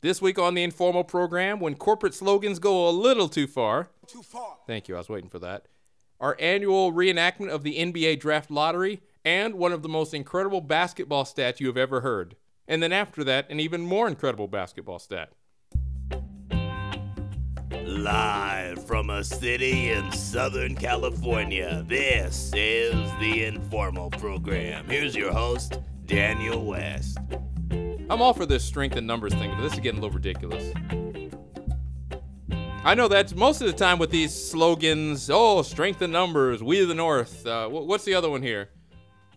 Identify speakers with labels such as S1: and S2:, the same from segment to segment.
S1: This week on the informal program, when corporate slogans go a little too far,
S2: Too far.
S1: thank you, I was waiting for that, our annual reenactment of the NBA draft lottery, and one of the most incredible basketball stats you have ever heard. And then after that, an even more incredible basketball stat.
S3: Live from a city in Southern California, this is the Informal Program. Here's your host, Daniel West.
S1: I'm all for this strength and numbers thing, but this is getting a little ridiculous. I know that's most of the time with these slogans. Oh, strength and numbers. We the North. Uh, wh- what's the other one here?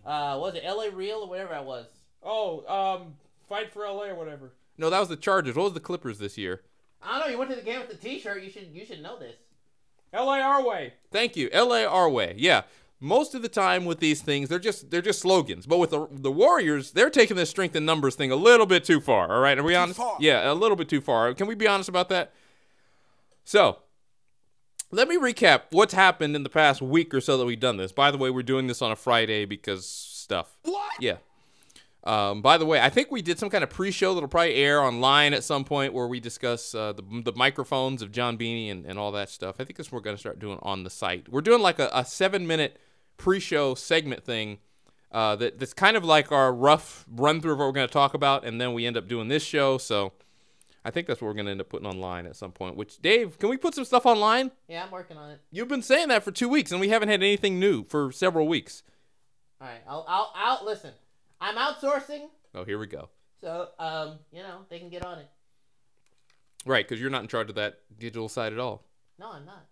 S4: Uh, was it LA Real or whatever I was?
S5: Oh, um, fight for LA or whatever.
S1: No, that was the Chargers. What was the Clippers this year?
S4: I don't know. You went to the game with the T-shirt. You should you should know this.
S5: LA our way.
S1: Thank you. L.A. our way. Yeah. Most of the time with these things, they're just they're just slogans. But with the, the Warriors, they're taking this strength and numbers thing a little bit too far. All right, are we honest?
S2: far.
S1: Yeah, a little bit too far. Can we be honest about that? So, let me recap what's happened in the past week or so that we've done this. By the way, we're doing this on a Friday because stuff. What? Yeah. Um, by the way, I think we did some kind of pre-show that'll probably air online at some point where we discuss uh, the, the microphones of John Beanie and, and all that stuff. I think that's what we're going to start doing on the site. We're doing like a, a seven-minute pre-show segment thing uh, that, that's kind of like our rough run-through of what we're going to talk about, and then we end up doing this show. So I think that's what we're going to end up putting online at some point. Which, Dave, can we put some stuff online?
S4: Yeah, I'm working on it.
S1: You've been saying that for two weeks, and we haven't had anything new for several weeks.
S4: All right, I'll I'll out. Listen, I'm outsourcing,
S1: Oh, here we go.
S4: so um, you know they can get on it.
S1: Right, because you're not in charge of that digital side at all.
S4: No, I'm not.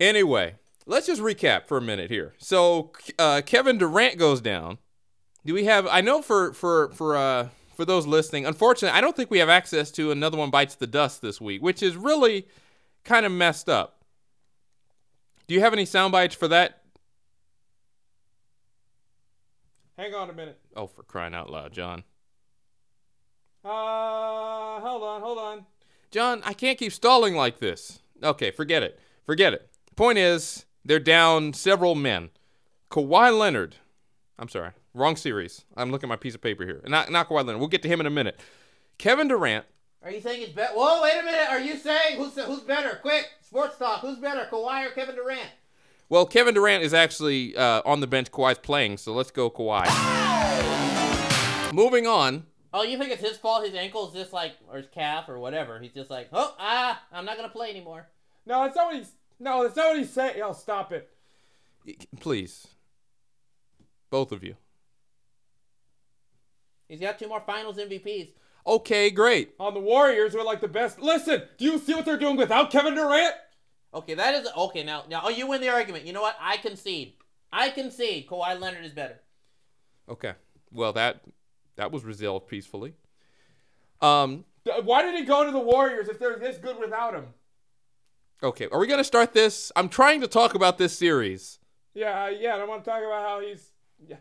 S1: Anyway, let's just recap for a minute here. So uh, Kevin Durant goes down. Do we have? I know for for for uh, for those listening. Unfortunately, I don't think we have access to another one bites the dust this week, which is really kind of messed up. Do you have any sound bites for that?
S5: Hang on a minute.
S1: Oh, for crying out loud, John!
S5: Uh, hold on, hold on.
S1: John, I can't keep stalling like this. Okay, forget it. Forget it. Point is, they're down several men. Kawhi Leonard. I'm sorry. Wrong series. I'm looking at my piece of paper here. Not, not Kawhi Leonard. We'll get to him in a minute. Kevin Durant.
S4: Are you saying it's better? Whoa, wait a minute. Are you saying who's who's better? Quick, sports talk. Who's better, Kawhi or Kevin Durant?
S1: Well, Kevin Durant is actually uh, on the bench. Kawhi's playing, so let's go Kawhi. Moving on.
S4: Oh, you think it's his fault? His ankle's just like or his calf or whatever. He's just like, oh ah, I'm not gonna play anymore.
S5: No, that's not what he's. No, that's not what he's saying. Oh, stop it.
S1: Please. Both of you.
S4: He's got two more Finals MVPs.
S1: Okay, great.
S5: On the Warriors, we're like the best. Listen, do you see what they're doing without Kevin Durant?
S4: Okay, that is okay. Now, now, oh, you win the argument. You know what? I concede. I concede. Kawhi Leonard is better.
S1: Okay. Well, that that was resolved peacefully. Um,
S5: D- Why did he go to the Warriors if they're this good without him?
S1: Okay, are we gonna start this? I'm trying to talk about this series
S5: Yeah, uh, yeah. And I want to talk about how he's. Yeah.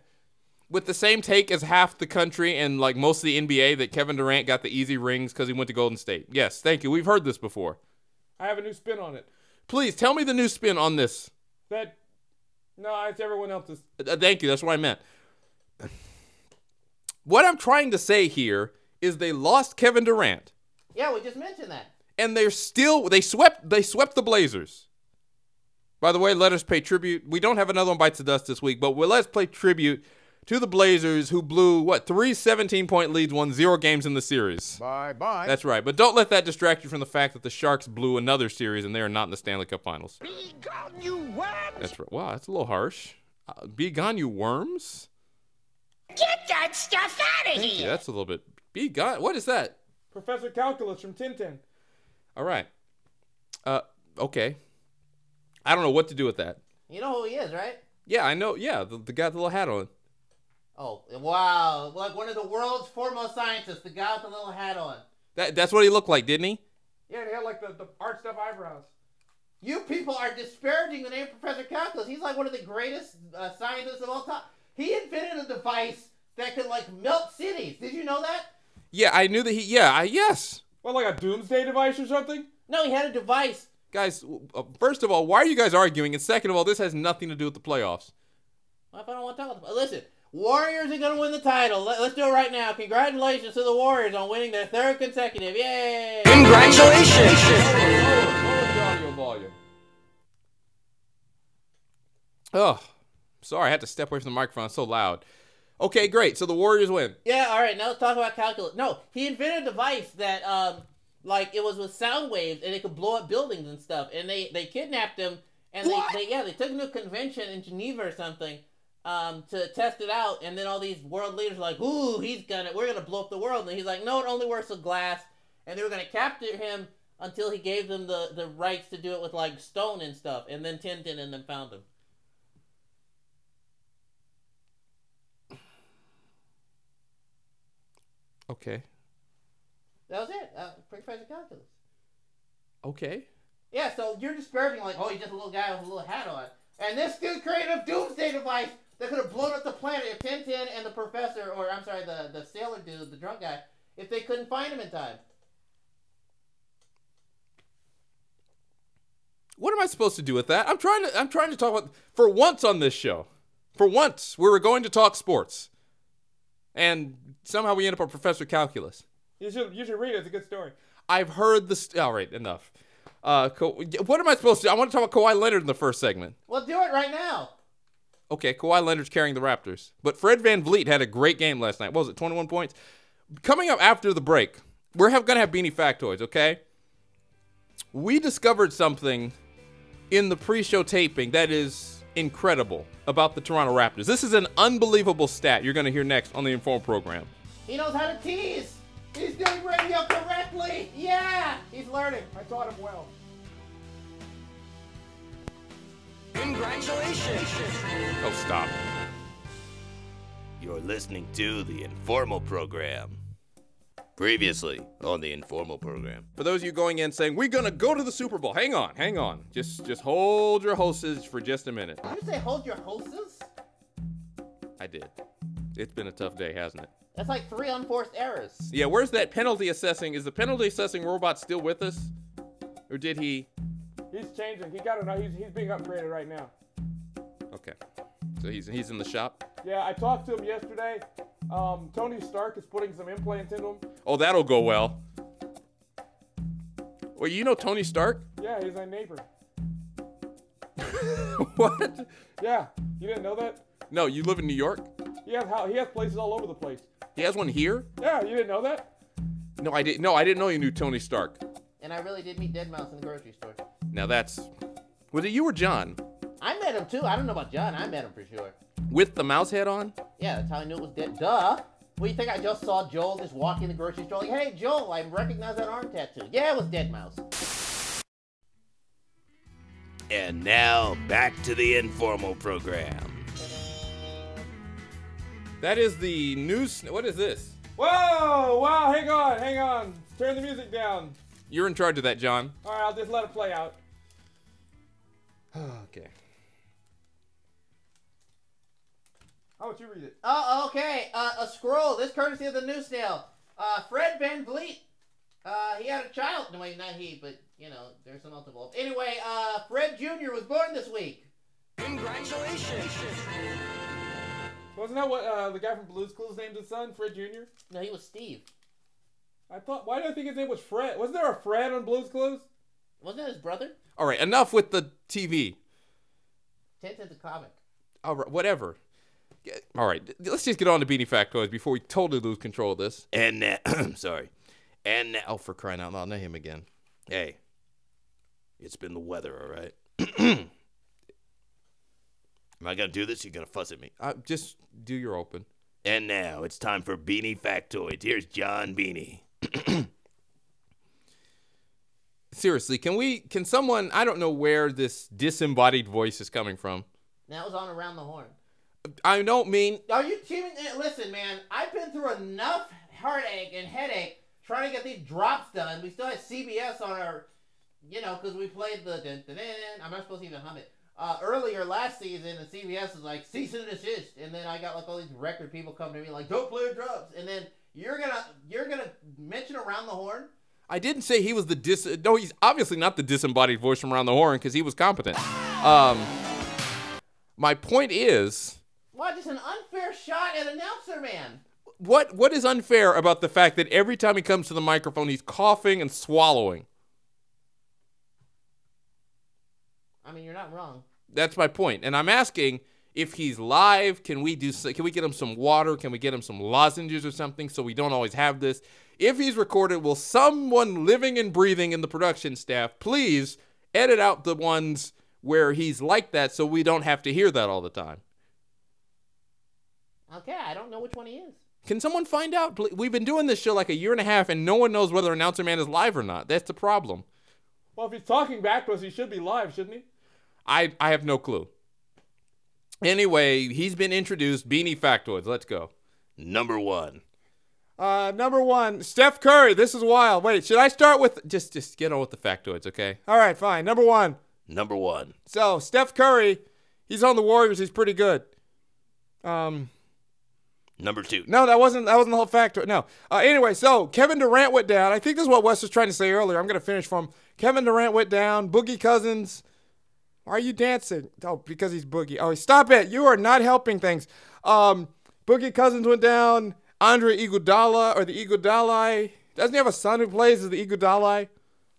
S1: with the same take as half the country and like most of the NBA that Kevin Durant got the easy rings because he went to Golden State. Yes, thank you. We've heard this before.
S5: I have a new spin on it.
S1: Please tell me the new spin on this.
S5: That. No, it's everyone else's.
S1: Uh, thank you. That's what I meant. What I'm trying to say here is they lost Kevin Durant
S4: Yeah, we just mentioned that.
S1: and they're still they swept they swept the Blazers. By the way, let us pay tribute. We don't have another one bites the dust this week, but we'll, let's play tribute to the Blazers who blew what three 17 point leads, won zero games in the series.
S2: Bye bye.
S1: That's right, but don't let that distract you from the fact that the Sharks blew another series and they are not in the Stanley Cup Finals.
S2: Be gone, you worm!
S1: That's right. Wow, that's a little harsh. Uh, be gone, you worms.
S6: Get that stuff out of
S1: Yeah,
S6: here!
S1: that's a little bit. Be gone. What is that?
S5: Professor Calculus from Tintin.
S1: All right. Uh, okay. I don't know what to do with that.
S4: You know who he is, right?
S1: Yeah, I know. Yeah, the, the guy with the little hat on.
S4: Oh, wow. Like one of the world's foremost scientists, the guy with the little hat on.
S1: That that's what he looked like, didn't he?
S5: Yeah, and he had like the, the arched up eyebrows.
S4: You people are disparaging the name of Professor Calculus. He's like one of the greatest uh, scientists of all time. He invented a device that could like melt cities. Did you know that?
S1: Yeah, I knew that he. Yeah, I yes.
S5: What, like a doomsday device or something?
S4: No, he had a device.
S1: Guys, w- uh, first of all, why are you guys arguing? And second of all, this has nothing to do with the playoffs.
S4: What if I don't want to talk about? Listen, Warriors are going to win the title. Let, us do it right now. Congratulations to the Warriors on winning their third consecutive. Yay!
S5: Lower, lower the audio volume.
S1: Oh, sorry, I had to step away from the microphone. It's so loud. Okay, great. So the Warriors win.
S4: Yeah, all right. Now let's talk about calculus. No, he invented a device that, um, like it was with sound waves and it could blow up buildings and stuff. And they they kidnapped him and they, they yeah they took him to a convention in Geneva or something, um, to test it out. And then all these world leaders were like, "Ooh, he's gonna we're gonna blow up the world." And he's like, "No, it only works with glass." And they were gonna capture him until he gave them the the rights to do it with like stone and stuff. And then Tintin and them found him.
S1: Okay.
S4: That was it. Uh, Professor Calculus.
S1: Okay.
S4: Yeah, so you're disparaging like, oh, he's just a little guy with a little hat on. And this dude created a doomsday device that could have blown up the planet if Tintin and the professor, or I'm sorry, the, the sailor dude, the drunk guy, if they couldn't find him in time.
S1: What am I supposed to do with that? I'm trying to I'm trying to talk about for once on this show. For once, we were going to talk sports. And somehow we end up on Professor Calculus.
S5: You should you should read it. It's a good story.
S1: I've heard the st- all right, enough. Uh, Ka- what am I supposed to? I want to talk about Kawhi Leonard in the first segment.
S4: Well, do it right now.
S1: Okay, Kawhi Leonard's carrying the Raptors. But Fred Van Vliet had a great game last night. What was it, 21 points? Coming up after the break, we're have, gonna have beanie factoids, okay? We discovered something in the pre-show taping that is incredible about the Toronto Raptors. This is an unbelievable stat you're gonna hear next on the Informed program.
S4: He knows how to tease. He's doing radio correctly. Yeah, he's learning. I taught him well.
S1: Oh stop.
S3: You're listening to the informal program. Previously on the informal program.
S1: For those of you going in saying, We're gonna go to the Super Bowl. Hang on, hang on. Just just hold your hostage for just a minute.
S4: Did you say hold your hostess?
S1: I did. It's been a tough day, hasn't it?
S4: That's like three unforced errors.
S1: Yeah, where's that penalty assessing? Is the penalty assessing robot still with us? Or did he?
S5: He's changing. He got it. now. He's he's being upgraded right now.
S1: Okay. So he's he's in the shop.
S5: Yeah, I talked to him yesterday. Um, Tony Stark is putting some implants into him.
S1: Oh, that'll go well. Well, you know Tony Stark?
S5: Yeah, he's my neighbor.
S1: what?
S5: Yeah, you didn't know that?
S1: No, you live in New York?
S5: He has how he has places all over the place.
S1: He has one here?
S5: Yeah, you didn't know that?
S1: No, I didn't. No, I didn't know you knew Tony Stark.
S4: And I really did meet Deadmau5 in the grocery store.
S1: Now that's was it you or John
S4: I met him too. I don't know about John. I met him for sure.
S1: with the mouse head on?
S4: Yeah, that's how I knew it was dead. Duh. Well, you think I just saw Joel just walk in the grocery store like, hey, Joel, I recognize that arm tattoo. Yeah, it was Dead Mouse.
S3: And now back to the informal program.
S1: That is the news. What is this?
S5: Whoa! Wow! Hang on, hang on. Turn the music down.
S1: You're in charge of that, John.
S5: All right, I'll just let it play out.
S1: okay.
S5: How about you read it?
S4: Oh, okay. Uh, a scroll. This courtesy of the news snail. Uh, Fred Van Vliet. Uh, he had a child. No, wait, not he, but, you know, there's some else involved. Anyway, uh, Fred Jr. was born this week.
S5: Wasn't that what uh, the guy from Blue's Clues named his son, Fred Jr.?
S4: No, he was Steve.
S5: I thought. Why did I think his name was Fred? Wasn't there a Fred on Blue's Clues?
S4: Wasn't that his brother?
S1: All right, enough with the TV.
S4: Tintin's a comic.
S1: All right, whatever. Yeah, All right, th- let's just get on to Beanie Factoids before we totally lose control of this.
S3: And now, sorry. And now,
S1: Oh, for crying out loud, not him again.
S3: hey, it's been the weather, all right? Am I going to do this? You're going to fuss at me.
S1: Uh, just do your open.
S3: And now it's time for Beanie Factoids. Here's John Beanie.
S1: Seriously, can we? Can someone? I don't know where this disembodied voice is coming from.
S4: That was on Around the Horn.
S1: I don't mean.
S4: Are you cheating? eh, Listen, man, I've been through enough heartache and headache trying to get these drops done. We still had CBS on our, you know, because we played the. Dun, dun, dun, I'm not supposed to even hum it. Uh, earlier last season, the CBS was like cease and desist, and then I got like all these record people coming to me like, "Don't play the drops," and then you're gonna you're gonna mention around the horn.
S1: I didn't say he was the dis. No, he's obviously not the disembodied voice from around the horn because he was competent. Um, my point is,
S4: Wow, just an unfair shot at announcer man.
S1: What what is unfair about the fact that every time he comes to the microphone, he's coughing and swallowing?
S4: I mean, you're not wrong.
S1: That's my point. And I'm asking if he's live, can we do so- can we get him some water? Can we get him some lozenges or something so we don't always have this? If he's recorded, will someone living and breathing in the production staff please edit out the ones where he's like that so we don't have to hear that all the time?
S4: Okay, I don't know which one he is.
S1: Can someone find out? pl- We've been doing this show like a year and a half and no one knows whether announcer man is live or not. That's the problem.
S5: Well, if he's talking back to us, he should be live, shouldn't he?
S1: I I have no clue. Anyway, he's been introduced. Beanie factoids. Let's go.
S3: Number one.
S7: Uh, number one, Steph Curry. This is wild. Wait, should I start with?
S1: Just just get on with the factoids, okay?
S7: All right, fine. Number one.
S3: Number one.
S7: So Steph Curry, he's on the Warriors. He's pretty good. Um,
S3: Number two.
S7: no, that wasn't that wasn't the whole factor. No. Uh, anyway, so Kevin Durant went down. I think this is what Wes was trying to say earlier. I'm gonna finish for him. Kevin Durant went down. Boogie Cousins. Why are you dancing? Oh, because he's Boogie. Oh, stop it! You are not helping things. Um, Boogie Cousins went down. Andre Iguodala or the Iguodala. Doesn't he have a son who plays as the Iguodala?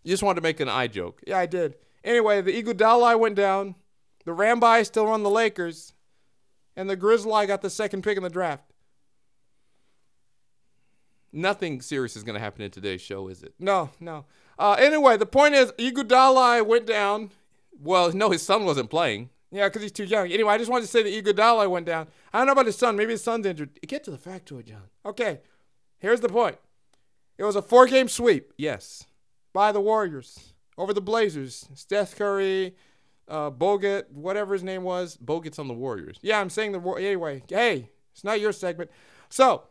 S1: You just wanted to make an eye joke.
S7: Yeah, I did. Anyway, the Iguodala went down. The Rambi still on the Lakers, and the Grizzly got the second pick in the draft.
S1: Nothing serious is going to happen in today's show, is it?
S7: No, no. Uh, anyway, the point is Iguodala went down.
S1: Well, no, his son wasn't playing.
S7: Yeah, because he's too young. Anyway, I just wanted to say the Iguodala went down. I don't know about his son. Maybe his son's injured.
S1: Get to the factoid, John.
S7: Okay, here's the point. It was a four-game sweep
S1: Yes.
S7: by the Warriors over the Blazers. Steph Curry, uh, Bogut, whatever his name was,
S1: Bogut's on the Warriors.
S7: Yeah, I'm saying the war. Anyway, hey, it's not your segment. So,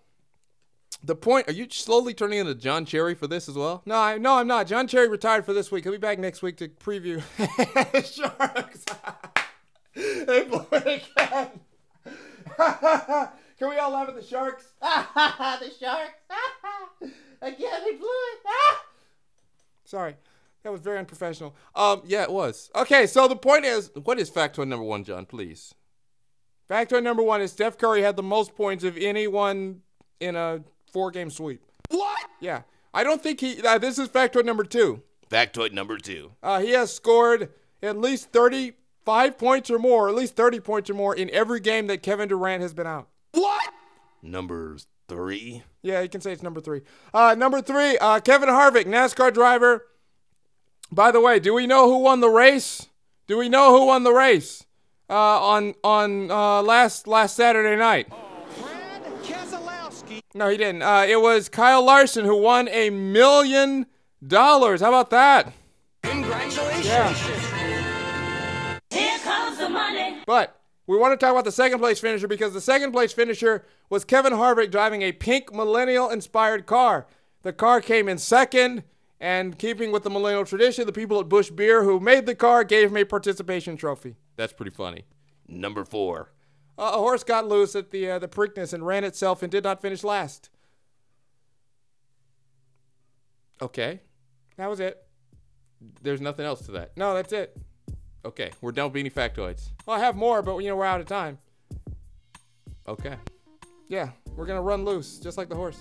S1: The point, are you slowly turning into John Cherry for this as well?
S7: no, I, no, I'm not. John Cherry retired for this week. He'll be back next week to preview Sharks. they blew it again. Can we all laugh at the Sharks?
S4: the shark. Again, they blew it. Ah!
S7: Sorry, that was very unprofessional. Um,
S1: Yeah, it was.
S7: okay, so the point is,
S1: What is factoid number one, John, please?
S7: factor number one is Steph Curry had the most points of anyone in a four-game sweep. What? Yeah, I don't think he. Uh, this is factor number two.
S3: Factoid number two.
S7: Uh, he has scored at least 35 points or more, at least 30 points or more in every game that Kevin Durant has been out.
S3: Number three.
S7: Yeah, you can say it's number three. Uh, number three, uh, Kevin Harvick, NASCAR driver. By the way, do we know who won the race? Do we know who won the race uh, on on uh, last last Saturday night?
S2: Brad Keselowski.
S7: No, he didn't. Uh, it was Kyle Larson who won a million dollars. How about that?
S2: Congratulations.
S6: Here comes the money.
S7: But we want to talk about the second place finisher because the second place finisher was Kevin Harvick driving a pink millennial inspired car. The car came in second, and keeping with the millennial tradition, the people at Bush Beer who made the car gave him a participation trophy.
S1: That's pretty funny.
S3: Number four.
S7: Uh, a horse got loose at the uh, the Preakness and ran itself and did not finish last.
S1: Okay.
S7: That was it.
S1: There's nothing else to that.
S7: No, that's it.
S1: Okay. We're done with beanie factoids.
S7: Well, I have more, but you know we're out of time.
S1: Okay.
S7: Yeah, we're gonna run loose, just like the horse.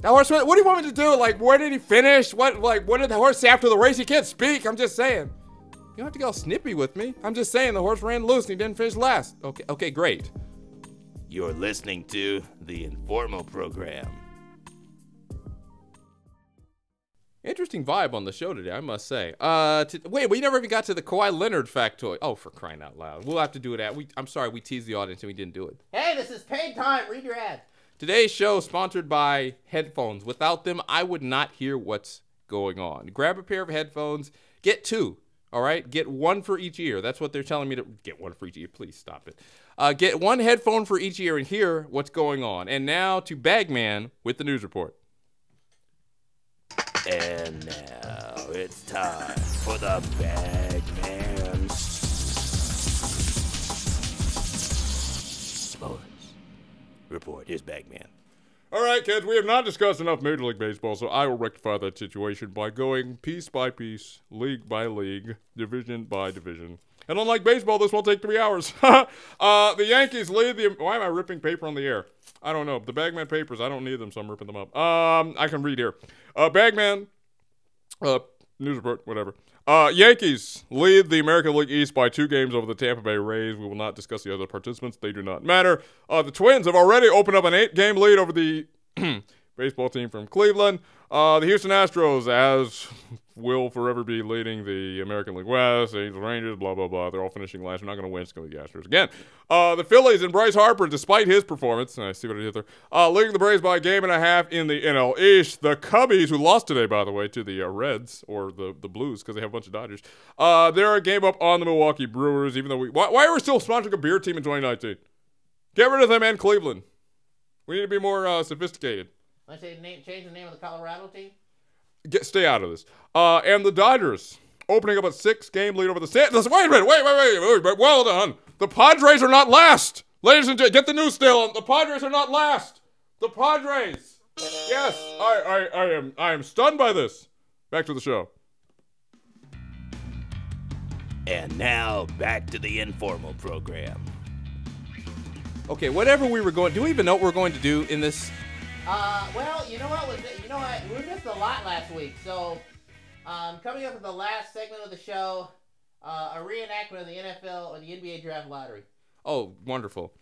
S7: That horse. What do you want me to do? Like, where did he finish? What, like, what did the horse say after the race? He can't speak. I'm just saying.
S1: You don't have to go all snippy with me.
S7: I'm just saying the horse ran loose and he didn't finish last.
S1: Okay. Okay, great.
S3: You're listening to the informal program.
S1: Interesting vibe on the show today, I must say. Uh, t wait, we never even got to the Kawhi Leonard factoid. Oh, for crying out loud! We'll have to do it at. We, I'm sorry, we teased the audience and we didn't do it.
S4: Hey, this is paid time. Read your ad.
S1: Today's show is sponsored by headphones. Without them, I would not hear what's going on. Grab a pair of headphones. Get two. All right, get one for each ear. That's what they're telling me to get one for each ear. Please stop it. Uh, get one headphone for each ear and hear what's going on. And now to Bagman with the news report.
S3: And now it's time for the Bagman Sports Report. Here's Bagman.
S1: All right, kids, we have not discussed enough Major League Baseball, so I will rectify that situation by going piece by piece, league by league, division by division.
S7: And unlike baseball, this won't take three hours. uh, the Yankees lead the. Why am I ripping paper on the air? I don't know. The Bagman papers, I don't need them, so I'm ripping them up. Um, I can read here. Uh, Bagman uh, news report, whatever. Uh, Yankees lead the American League East by two games over the Tampa Bay Rays. We will not discuss the other participants; they do not matter. Uh, the Twins have already opened up an eight-game lead over the baseball team from Cleveland. Uh, the Houston Astros, as will forever be leading the American League West, the Rangers, blah blah blah. They're all finishing last. We're not going to win. It's going to be the Astros again. Uh, the Phillies and Bryce Harper, despite his performance, and I see what I did there, uh, leading the Braves by a game and a half in the NL East. The Cubbies, who lost today, by the way, to the uh, Reds or the the Blues because they have a bunch of Dodgers. Uh, they're a game up on the Milwaukee Brewers. Even though we why, why are we still sponsoring a beer team in 2019? Get rid of them and Cleveland. We need to be more uh, sophisticated.
S4: Let's say name, change the name of the Colorado team.
S7: Get, stay out of this. Uh, and the Dodgers opening up a six-game lead over the Santos. Wait a minute. Wait, wait, wait, wait, wait. Well done. The Padres are not last, ladies and gentlemen. Get the news still. The Padres are not last. The Padres. Yes, I, I, I am, I am stunned by this. Back to the show.
S3: And now back to the informal program.
S7: Okay, whatever we were going, do we even know what we're going to do in this?
S4: Uh, well, you know what was you know what we missed a lot last week. So, um, coming up in the last segment of the show, uh, a reenactment of the NFL or the NBA draft lottery.
S7: Oh, wonderful.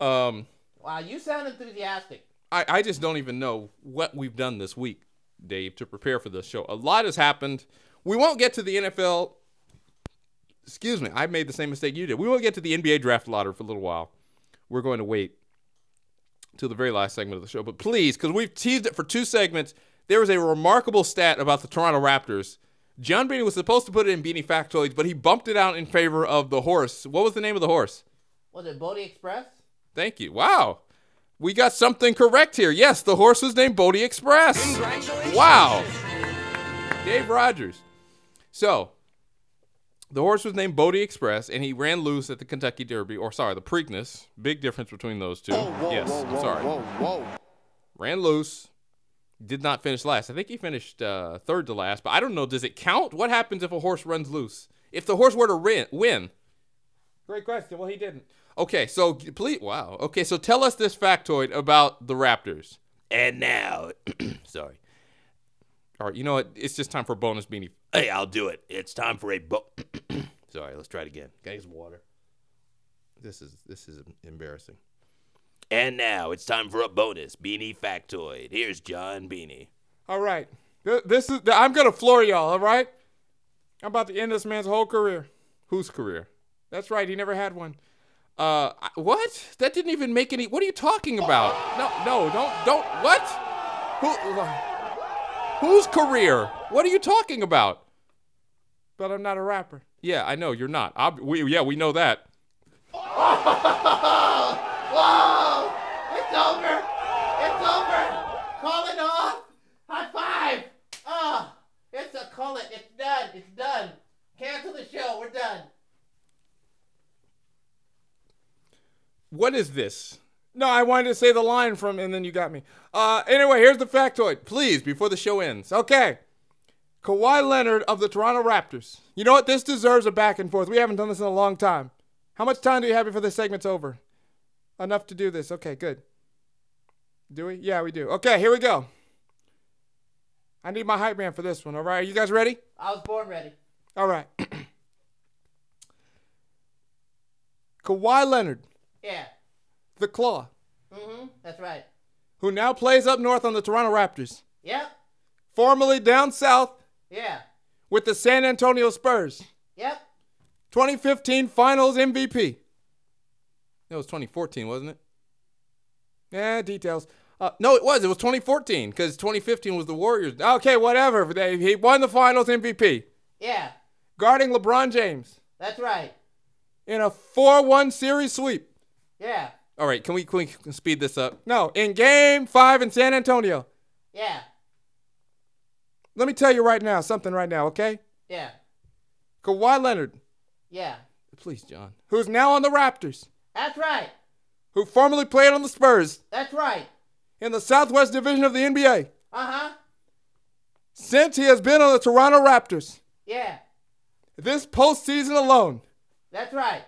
S7: Um,
S4: Wow, you sound enthusiastic.
S7: I, I just don't even know what we've done this week, Dave, to prepare for this show. A lot has happened. We won't get to the NFL. Excuse me, I made the same mistake you did. We won't get to the NBA draft lottery for a little while. We're going to wait till the very last segment of the show. But please, because we've teased it for two segments, there was a remarkable stat about the Toronto Raptors. John Beanie was supposed to put it in Beanie Factoids, but he bumped it out in favor of the horse. What was the name of the horse?
S4: Was it Bodie Express?
S7: Thank you. Wow. We got something correct here. Yes, the horse was named Bodie Express. Wow. Dave Rogers. So, the horse was named Bodie Express, and he ran loose at the Kentucky Derby, or sorry, the Preakness. Big difference between those two. yes, I'm sorry. Ran loose, did not finish last. I think he finished uh, third to last, but I don't know. Does it count? What happens if a horse runs loose? If the horse were to rin- win,
S8: Great question. Well, he didn't.
S7: Okay, so g- please, wow. Okay, so tell us this factoid about the Raptors.
S3: And now, sorry.
S7: All right, you know what? It's just time for bonus beanie.
S3: Hey, I'll do it. It's time for a bo. sorry, let's try it again. Gotta get some water.
S7: This is this is embarrassing.
S3: And now it's time for a bonus beanie factoid. Here's John Beanie.
S8: All right. Th- This is. I'm gonna floor y'all. All right. I'm about to end this man's whole career.
S7: Whose career?
S8: That's right. He never had one.
S7: Uh, I- what? That didn't even make any. What are you talking about? No, no, don't, don't. What? Who? Whose career? What are you talking about?
S8: But I'm not a rapper.
S7: Yeah, I know you're not. Ob- we, yeah, we know that.
S4: Whoa! It's over! It's over! Call it off! High five! Ah! it's a call it. It's done. It's done. Cancel the show. We're done.
S7: What is this?
S8: No, I wanted to say the line from, and then you got me. Uh, anyway, here's the factoid.
S7: Please, before the show ends.
S8: Okay. Kawhi Leonard of the Toronto Raptors. You know what? This deserves a back and forth. We haven't done this in a long time. How much time do you have before this segment's over? Enough to do this. Okay, good. Do we? Yeah, we do. Okay, here we go. I need my hype man for this one. All right, are you guys ready?
S4: I was born ready.
S8: All right. Kawhi Leonard,
S4: Yeah.
S8: the Claw,
S4: Mm-hmm. That's right.
S8: who now plays up north on the Toronto Raptors,
S4: Yep.
S8: formerly down south
S4: Yeah.
S8: with the San Antonio Spurs.
S4: Yep.
S8: 2015 Finals MVP.
S7: It was 2014, wasn't it?
S8: Yeah, details.
S7: Uh, no, it was. It was 2014 because 2015 was the Warriors.
S8: Okay, whatever. They- He won the Finals MVP,
S4: Yeah.
S8: guarding LeBron James
S4: That's right.
S8: in a 4-1 series sweep.
S4: Yeah.
S7: All right, can we, can we speed this up?
S8: No, in Game Five in San Antonio.
S4: Yeah.
S8: Let me tell you right now, something right now, okay?
S4: Yeah.
S8: Kawhi Leonard,
S4: Yeah.
S7: Please, John.
S8: who's now on the Raptors,
S4: That's right.
S8: who formerly played on the Spurs
S4: That's right.
S8: in the Southwest Division of the NBA,
S4: Uh-huh.
S8: since he has been on the Toronto Raptors
S4: Yeah.
S8: this postseason alone,
S4: That's right.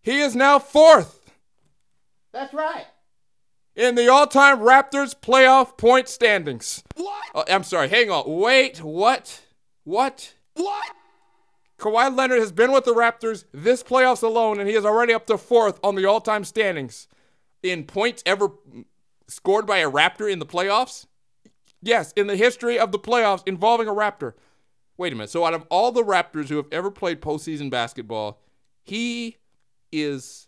S7: He is now fourth
S4: That's right.
S7: in the all-time Raptors playoff point standings. What? I'm sorry. Hang on. Wait. What? What? What? Kawhi Leonard has been with the Raptors this playoffs alone, and he is already up to fourth on the all-time standings in points ever scored by a Raptor in the playoffs. Yes, in the history of the playoffs involving a Raptor. Wait a minute. So out of all the Raptors who have ever played postseason basketball, he is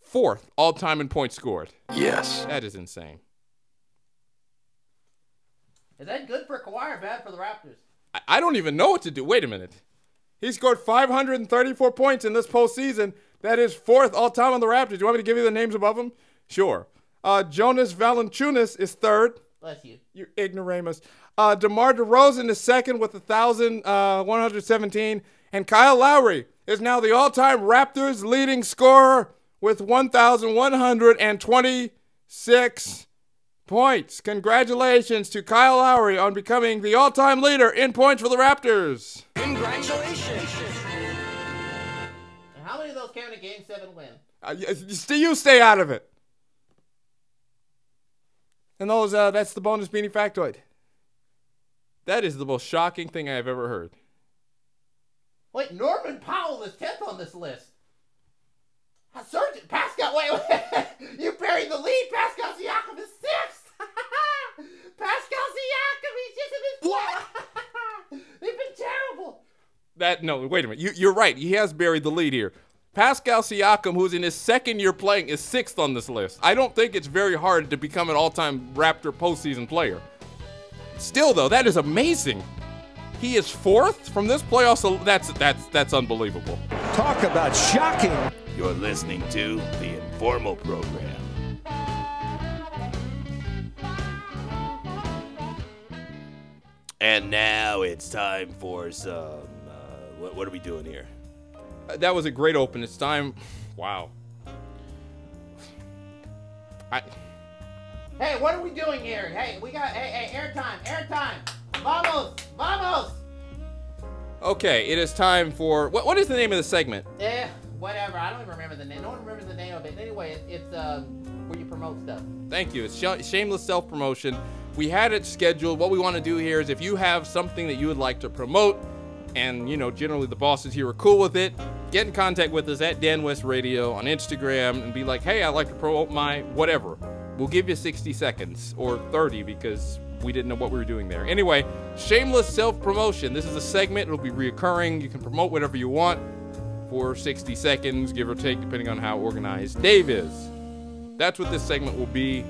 S7: fourth all time in points scored. Yes. That is insane.
S4: Is that good for Kawhi or bad for the Raptors?
S7: I, I don't even know what to do. Wait a minute. He scored 534 points in this postseason. That is fourth all time on the Raptors. Do you want me to give you the names above him? Sure. Uh, Jonas Valanciunas is third.
S4: Bless you.
S7: You ignoramus. Uh, DeMar DeRozan is second with uh, 1,117. And Kyle Lowry is now the all time Raptors leading scorer with 1,126 points. Congratulations to Kyle Lowry on becoming the all time leader in points for the Raptors.
S2: Congratulations.
S4: And how many of those came in a Game 7 win?
S7: Uh, y- y- you stay out of it. And those, uh, that's the bonus beanie factoid.
S1: That is the most shocking thing I have ever heard.
S4: Wait, Norman Powell is 10th on this list. Uh, Sergeant Pascal, wait, wait. you buried the lead. Pascal Siakam is 6th. Pascal Siakam, he's just in his. What? They've been terrible.
S1: That no, wait a minute. You, you're right. He has buried the lead here. Pascal Siakam, who's in his second year playing, is sixth on this list. I don't think it's very hard to become an all-time Raptor postseason player. Still, though, that is amazing. He is fourth from this playoff. So that's that's that's unbelievable.
S2: Talk about shocking.
S3: You're listening to the informal program. And now it's time for some. Uh, what, what are we doing here?
S1: Uh, That was a great open. It's time. Wow. I
S4: Hey, what are we doing here? Hey, we got. Hey, hey, airtime, airtime. Vamos, vamos.
S1: okay. It is time for what? What is the name of the segment?
S4: Eh, whatever. I don't even remember the name. No one remembers the name of it. Anyway, it, it's um, where you promote stuff.
S1: Thank you. It's sh- shameless self promotion. We had it scheduled. What we want to do here is if you have something that you would like to promote, and you know, generally the bosses here are cool with it, get in contact with us at Dan West Radio on Instagram and be like, hey, I'd like to promote my whatever. We'll give you 60 seconds or 30 because we didn't know what we were doing there. Anyway, shameless self promotion. This is a segment, it'll be reoccurring. You can promote whatever you want for 60 seconds, give or take, depending on how organized Dave is. That's what this segment will be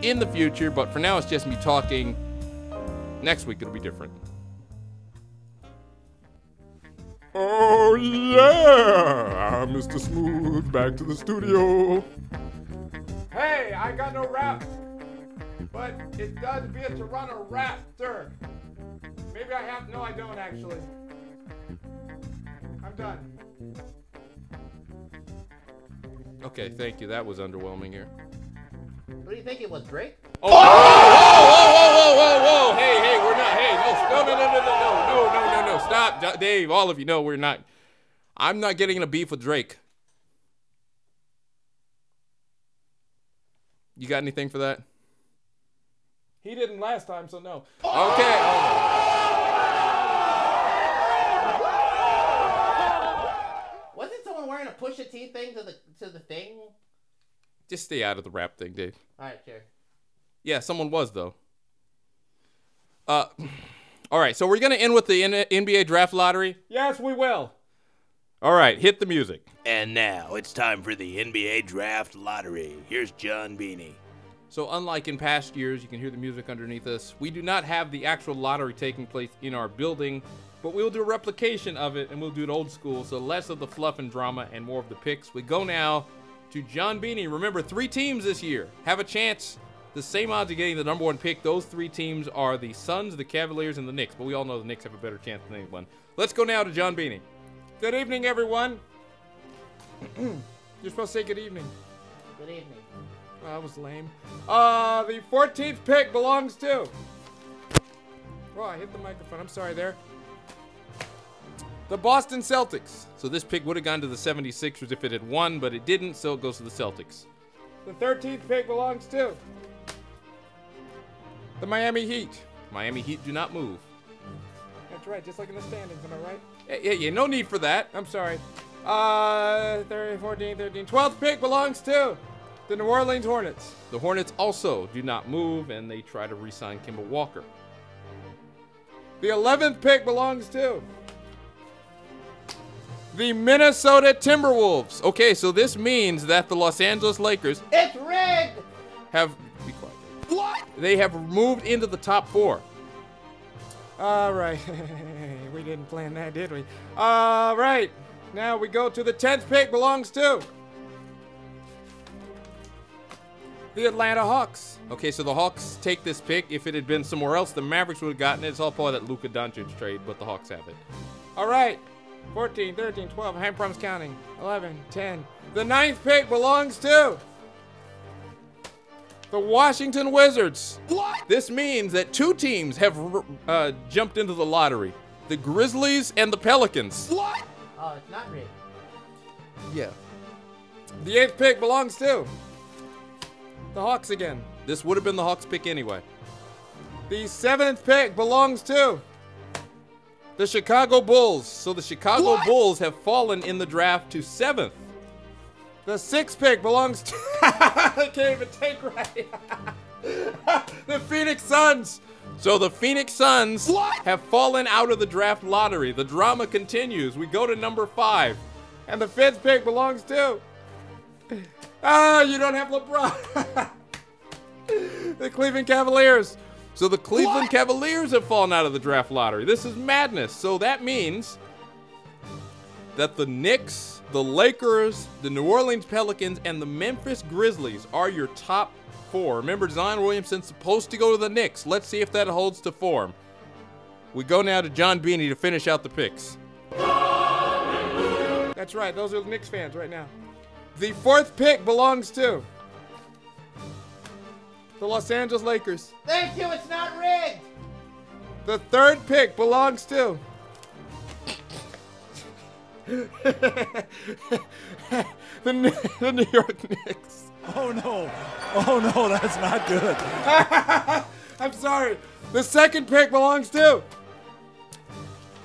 S1: in the future, but for now it's just me talking. Next week it'll be different.
S7: Oh yeah, Mr. Smooth, back to the studio. Hey, I got no rap, but it does be a Toronto Raptor. Maybe I have no, I don't actually. I'm done.
S1: Okay, thank you. That was underwhelming here.
S4: What do you think it was, Drake?
S1: Whoa, whoa, whoa! Oh, Hey, hey, we're not. Hey, no, no, no, no, no, no, no, no, no, no! Stop, D- Dave. All of you know we're not. I'm not getting in a beef with Drake. You got anything for that?
S5: He didn't last time, so no.
S1: Okay.
S4: Wasn't someone wearing a push a T thing to the to the thing?
S1: Just stay out of the rap thing, Dave.
S4: All right, sure.
S1: Yeah, someone was though. Uh, all right. So we're gonna end with the N- NBA draft lottery.
S5: Yes, we will.
S1: All right, hit the music.
S3: And now it's time for the NBA Draft Lottery. Here's John Beanie.
S1: So unlike in past years, you can hear the music underneath us. We do not have the actual lottery taking place in our building, but we'll do a replication of it, and we'll do it old school. So less of the fluff and drama, and more of the picks. We go now to John Beanie. Remember, three teams this year have a chance. The same odds of getting the number one pick. Those three teams are the Suns, the Cavaliers, and the Knicks. But we all know the Knicks have a better chance than anyone. Let's go now to John Beanie.
S7: Good evening, everyone. You're supposed to say good evening.
S4: Good evening.
S7: Oh, that was lame. Uh, the 14th pick belongs to. Oh, I hit the microphone. I'm sorry there. The Boston Celtics.
S1: So this pick would have gone to the 76ers if it had won, but it didn't, so it goes to the Celtics.
S7: The 13th pick belongs to the Miami Heat.
S1: Miami Heat do not move.
S7: That's right, just like in the standings, am I right?
S1: Yeah, yeah, yeah no need for that.
S7: I'm sorry. Uh, 13, 14, 13. 12th pick belongs to the New Orleans Hornets.
S1: The Hornets also do not move, and they try to re-sign Kimball Walker.
S7: The 11th pick belongs to the Minnesota Timberwolves.
S1: Okay, so this means that the Los Angeles Lakers
S4: It's rigged.
S1: have be quiet. What? They have moved into the top four.
S7: All right. we didn't plan that, did we? All right. Now we go to the 10th pick belongs to the Atlanta Hawks.
S1: Okay, so the Hawks take this pick. If it had been somewhere else, the Mavericks would have gotten it. It's all part of that Luka Doncic trade, but the Hawks have it.
S7: All right. 14, 13, 12. Hand problems counting. 11, 10. The ninth pick belongs to the Washington Wizards.
S1: What? This means that two teams have r- uh, jumped into the lottery: the Grizzlies and the Pelicans.
S7: What?
S4: Oh, it's not rigged.
S1: Yeah.
S7: The eighth pick belongs to the Hawks again.
S1: This would have been the Hawks' pick anyway.
S7: The seventh pick belongs to the Chicago Bulls.
S1: So the Chicago
S7: What?
S1: Bulls have fallen in the draft to seventh.
S7: The sixth pick belongs to. I can't even take right. the Phoenix Suns.
S1: So the Phoenix Suns have fallen out of the draft lottery. The drama continues. We go to number five.
S7: And the fifth pick belongs to. Ah, you don't have LeBron. the Cleveland Cavaliers.
S1: So the Cleveland Cavaliers have fallen out of the draft lottery. This is madness. So that means that the Knicks, the Lakers, the New Orleans Pelicans, and the Memphis Grizzlies are your top four. Remember, Zion Williamson's supposed to go to the Knicks. Let's see if that holds to form. We go now to John Beanie to finish out the picks.
S7: That's right. Those are the Knicks fans right now. The fourth pick belongs to the Los Angeles Lakers.
S4: Thank you. It's not rigged.
S7: The third pick belongs to. the, New, the New York Knicks.
S9: Oh no. Oh no, that's not good.
S7: I'm sorry. The second pick belongs to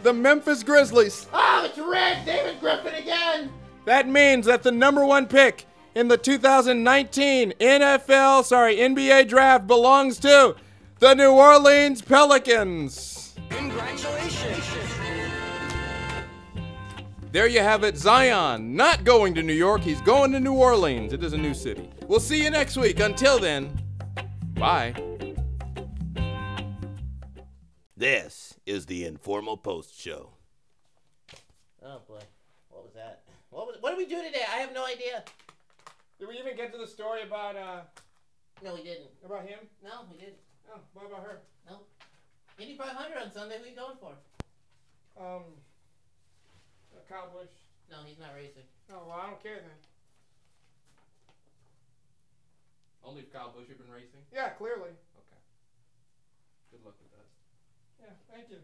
S7: the Memphis Grizzlies.
S4: Oh, it's rigged. David Griffin again.
S7: That means that the number one pick in the 2019 NFL, sorry, NBA draft belongs to the New Orleans Pelicans.
S1: There you have it. Zion not going to New York. He's going to New Orleans. It is a new city. We'll see you next week. Until then, bye.
S3: This is the Informal Post Show.
S4: Oh boy, what was that? What was? What did we do today? I have no idea.
S7: Did we even get to the story about uh
S4: No, we didn't.
S7: about him?
S4: No, we didn't.
S7: Oh, what about her?
S4: No. Indy 500 on Sunday. Who you going for?
S7: Um, accomplished.
S4: No, he's not racing.
S7: Oh well, I don't care then.
S1: Only if Kyle Busch had been racing.
S7: Yeah, clearly.
S1: Good luck with that.
S7: Yeah, thank you.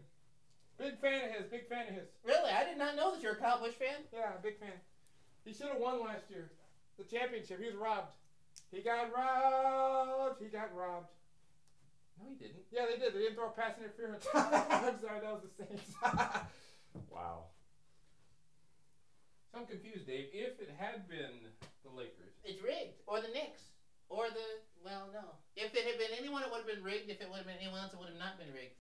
S7: Big fan of his. Big fan of his.
S4: Really? I did not know that you're a Kyle Busch fan.
S7: Yeah, big fan. He should have won last year. The championship. He was robbed. He got robbed. He got robbed.
S1: No, he didn't.
S7: Yeah, they did. They didn't throw a pass interference. I'm sorry, that was the Saints.
S1: Wow. So I'm confused, Dave. If it had been the Lakers,
S4: It's rigged. Or the Knicks. Or the, well, no. If it had been anyone, it would have been rigged. If it would have been anyone else, it would have not been rigged.